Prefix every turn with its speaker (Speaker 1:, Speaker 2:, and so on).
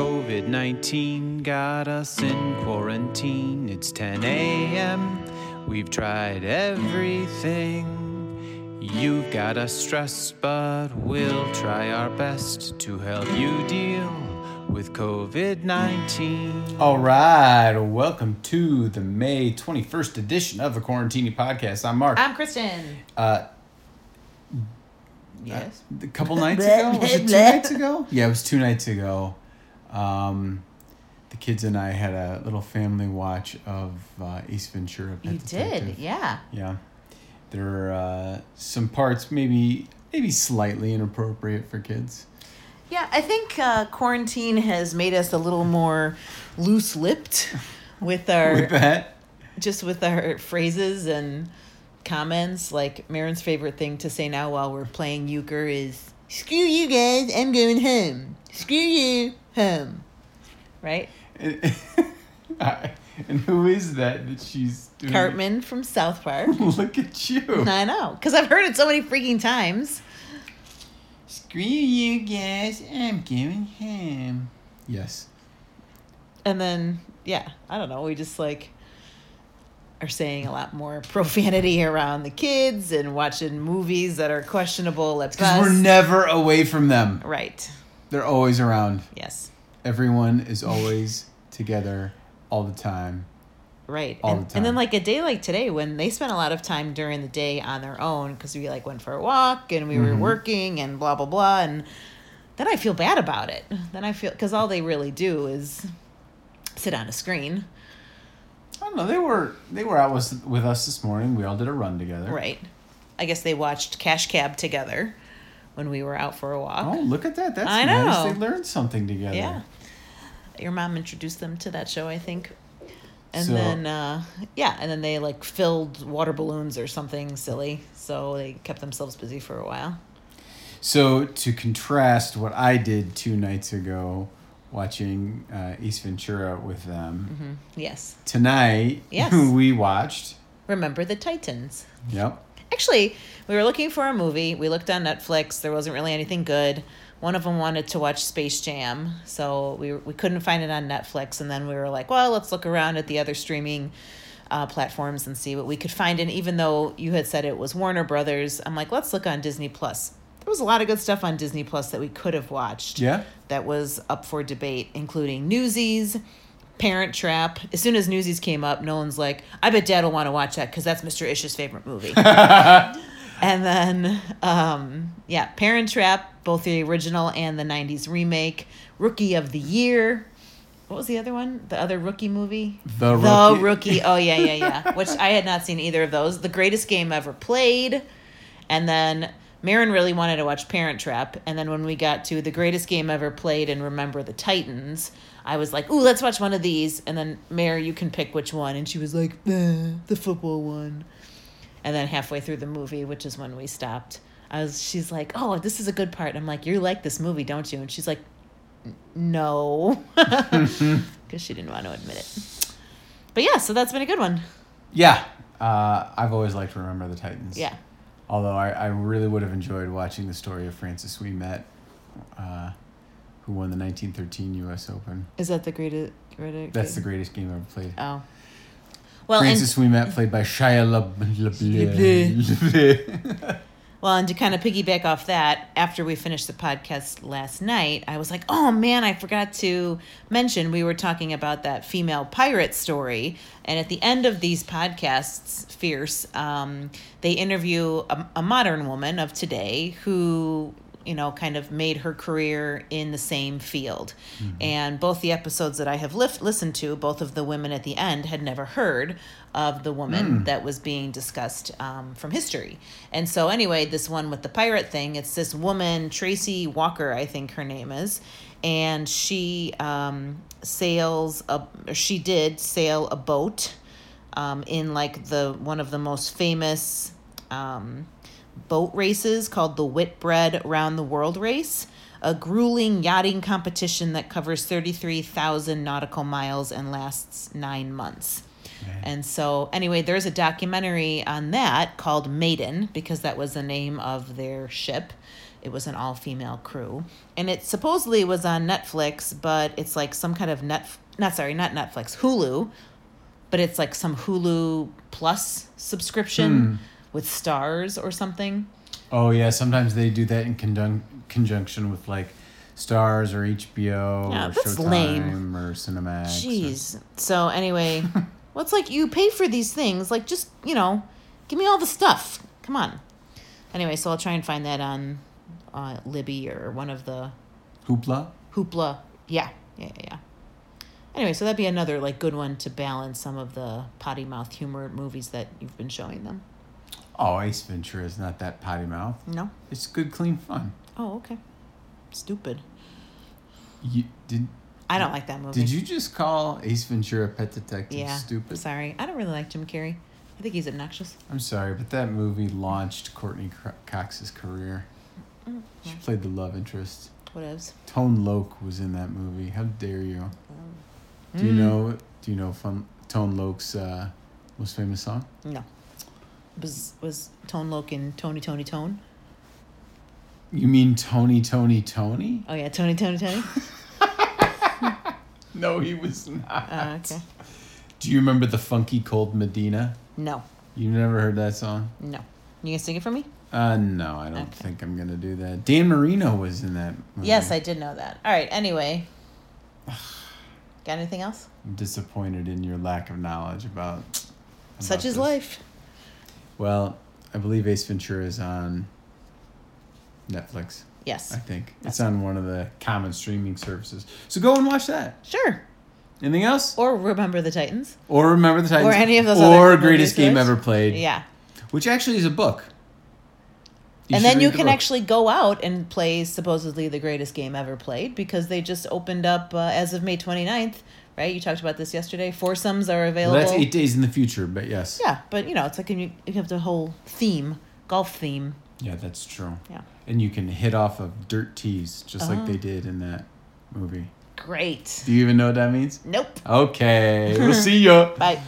Speaker 1: COVID 19 got us in quarantine. It's 10 a.m. We've tried everything. You've got us stressed, but we'll try our best to help you deal with COVID 19.
Speaker 2: All right, welcome to the May 21st edition of the Quarantini Podcast. I'm Mark.
Speaker 3: I'm Kristen.
Speaker 2: Uh,
Speaker 3: Yes.
Speaker 2: a couple nights ago? Was it two nights ago? Yeah, it was two nights ago. Um, the kids and I had a little family watch of uh, Ace Ventura. Pet
Speaker 3: you did,
Speaker 2: Detective.
Speaker 3: yeah.
Speaker 2: Yeah. There are uh, some parts maybe maybe slightly inappropriate for kids.
Speaker 3: Yeah, I think uh, quarantine has made us a little more loose lipped with our
Speaker 2: With that,
Speaker 3: just with our phrases and comments. Like Marin's favorite thing to say now while we're playing euchre is "Screw you guys, I'm going home. Screw you, home." Right,
Speaker 2: and who is that that she's doing?
Speaker 3: Cartman from South Park.
Speaker 2: Look at you.
Speaker 3: I know, because I've heard it so many freaking times.
Speaker 2: Screw you guys, I'm going home. Yes.
Speaker 3: and then yeah i don't know we just like are saying a lot more profanity around the kids and watching movies that are questionable at
Speaker 2: Because
Speaker 3: best
Speaker 2: we're never away from them.
Speaker 3: right
Speaker 2: They're always around.
Speaker 3: yes
Speaker 2: Everyone is always together all the time.
Speaker 3: right
Speaker 2: All
Speaker 3: and,
Speaker 2: the
Speaker 3: and
Speaker 2: time.
Speaker 3: then like a day like today when they spent a lot of time during the day on their own because we like went for a walk and we
Speaker 2: Mm-hmm.
Speaker 3: were working and blah blah blah and then i feel bad about it then i feel because all they really do is sit on a screen
Speaker 2: I don't know. They were they were out with, with us this morning. We all did a run together.
Speaker 3: right i guess they watched cash cab together when we were out for a walk
Speaker 2: Oh, look at that. That's
Speaker 3: I
Speaker 2: nice.
Speaker 3: know.
Speaker 2: They learned something together.
Speaker 3: Yeah. Your mom introduced them to that show, I think. And
Speaker 2: So-
Speaker 3: then uh yeah, and then they like filled water balloons or something silly. So they kept themselves busy for a while.
Speaker 2: So to contrast what I did two nights ago watching uh, East Ventura with them,
Speaker 3: Yes.
Speaker 2: tonight
Speaker 3: Mm-hmm. Yes.
Speaker 2: we watched.
Speaker 3: Remember the Titans.
Speaker 2: Yep.
Speaker 3: Actually, we were looking for a movie. We looked on Netflix. There wasn't really anything good. One of them wanted to watch Space Jam, so we we couldn't find it on Netflix. And then we were like, well, let's look around at the other streaming uh, platforms and see what we could find. And even though you had said it was Warner Brothers, I'm like, let's look on Disney Plus. There was a lot of good stuff on Disney Plus that we could have watched
Speaker 2: Yeah.
Speaker 3: that was up for debate, including Newsies, Parent Trap. As soon as Newsies came up, Nolan's like, I bet Dad will want to watch that because that's Mr. Ish's favorite movie. and then, um, yeah, Parent Trap, both the original and the 90s remake, Rookie of the Year. What was the other one? The other rookie movie?
Speaker 2: The Rookie.
Speaker 3: Rookie. Oh, yeah, yeah, yeah. Which I had not seen either of those. The greatest game ever played. And then Marin really wanted to watch Parent Trap. And then when we got to the greatest game ever played and Remember the Titans, I was like, ooh, let's watch one of these. And then, Mayor, you can pick which one. And she was like, eh, the football one. And then halfway through the movie, which is when we stopped, I was, she's like, oh, this is a good part. And I'm like, you like this movie, don't you? And she's like, "N- no. Because she didn't want to admit it. But yeah, so that's been a good one.
Speaker 2: Yeah. Uh, I've always liked Remember the Titans.
Speaker 3: Yeah.
Speaker 2: Although I, I really would have enjoyed watching the story of Francis We Met, uh, who won the 1913 U.S. Open.
Speaker 3: Is that the greatest? greatest
Speaker 2: That's the greatest game ever played.
Speaker 3: Oh. Well, and,
Speaker 2: Francis We Met, played by Shia LaBeouf.
Speaker 3: well, and to kind of piggyback off that, after we finished the podcast last night, I was like, oh man, I forgot to mention we were talking about that female pirate story. And at the end of these podcasts, Fierce, um, they interview a, a modern woman of today who, you know, kind of made her career in the same field. And both the episodes that I have lif- listened to, both of the women at the end had never heard of the woman that was being discussed um, from history. And so, anyway, this one with the pirate thing, it's this woman, Tracy Walker, I think her name is, and she um, sails, a, or she did sail a boat um, in like the one of the most famous um, boat races called the Whitbread Round the World Race, a grueling yachting competition that covers 33,000 nautical miles and lasts nine months. And so, anyway, there's a documentary on that called Maiden because that was the name of their ship. It was an all female crew, and it supposedly was on Netflix, but it's like some kind of net not sorry not Netflix Hulu, but it's like some Hulu Plus subscription with stars or something.
Speaker 2: Oh yeah, sometimes they do that in conjun- conjunction with like Stars or HBO or
Speaker 3: Yeah, that's
Speaker 2: Showtime
Speaker 3: lame.
Speaker 2: or Cinemax. or-
Speaker 3: Jeez. So anyway, well, it's like you pay for these things. Like just you know, give me all the stuff. Come on. Anyway, so I'll try and find that on uh, Libby or one of the
Speaker 2: Hoopla.
Speaker 3: Hoopla. Yeah, yeah, yeah, yeah. Anyway, so that'd be another like good one to balance some of the potty mouth humor movies that you've been showing them.
Speaker 2: Oh, Ace Ventura is not that potty mouth.
Speaker 3: No.
Speaker 2: It's good, clean fun.
Speaker 3: Oh, okay. Stupid.
Speaker 2: You did.
Speaker 3: I don't like that movie.
Speaker 2: Did you just call Ace Ventura Pet Detective
Speaker 3: Yeah.
Speaker 2: stupid?
Speaker 3: Sorry, I don't really like Jim Carrey. I think he's obnoxious.
Speaker 2: I'm sorry, but that movie launched Courtney Cro- Cox's career. She
Speaker 3: Mm-hmm.
Speaker 2: played the love interest.
Speaker 3: Whatevs.
Speaker 2: Tone Loc was in that movie. How dare you? Do
Speaker 3: Mm.
Speaker 2: you know? Do you know fun, Tone Loc's uh, most famous song?
Speaker 3: No. Was was Tone Loc in Tony Tony Tone?
Speaker 2: You mean Tony, Tony, Tony?
Speaker 3: Oh yeah, Tony Tony Tony.
Speaker 2: No, he was not.
Speaker 3: Uh, okay.
Speaker 2: Do you remember the funky cold Medina?
Speaker 3: No,
Speaker 2: You never heard that song?
Speaker 3: no. You gonna sing it for me?
Speaker 2: Uh, no, I don't
Speaker 3: Okay.
Speaker 2: think I'm gonna do that. Dan Marino was in that. Movie.
Speaker 3: Yes, I did know that. All right. Anyway. Got anything else?
Speaker 2: I'm disappointed in your lack of knowledge about.
Speaker 3: Such
Speaker 2: about
Speaker 3: is
Speaker 2: this.
Speaker 3: life.
Speaker 2: Well, I believe Ace Ventura is on Netflix. I
Speaker 3: Yes.
Speaker 2: think it's on one of the common streaming services. So go and watch that.
Speaker 3: Sure.
Speaker 2: Anything else?
Speaker 3: Or remember the Titans.
Speaker 2: Or remember the Titans.
Speaker 3: Or any of those other
Speaker 2: Or
Speaker 3: movies
Speaker 2: greatest
Speaker 3: that-
Speaker 2: game ever played.
Speaker 3: Yeah.
Speaker 2: Which actually is a book.
Speaker 3: and then
Speaker 2: should
Speaker 3: you
Speaker 2: read the
Speaker 3: can
Speaker 2: book.
Speaker 3: actually go out and play supposedly the greatest game ever played because they just opened up uh, as of May 29th, right? You talked about this yesterday. Foursomes are
Speaker 2: Well,
Speaker 3: available.
Speaker 2: that's eight days in the future, but yes.
Speaker 3: Yeah, but you know, it's like you, you have the whole theme, golf theme.
Speaker 2: Yeah, that's true.
Speaker 3: Yeah. Oh.
Speaker 2: And you can hit off of dirt tees, just like they did in that movie.
Speaker 3: Great.
Speaker 2: Do you even know what that means?
Speaker 3: Nope.
Speaker 2: Okay, we'll see you.
Speaker 3: Bye.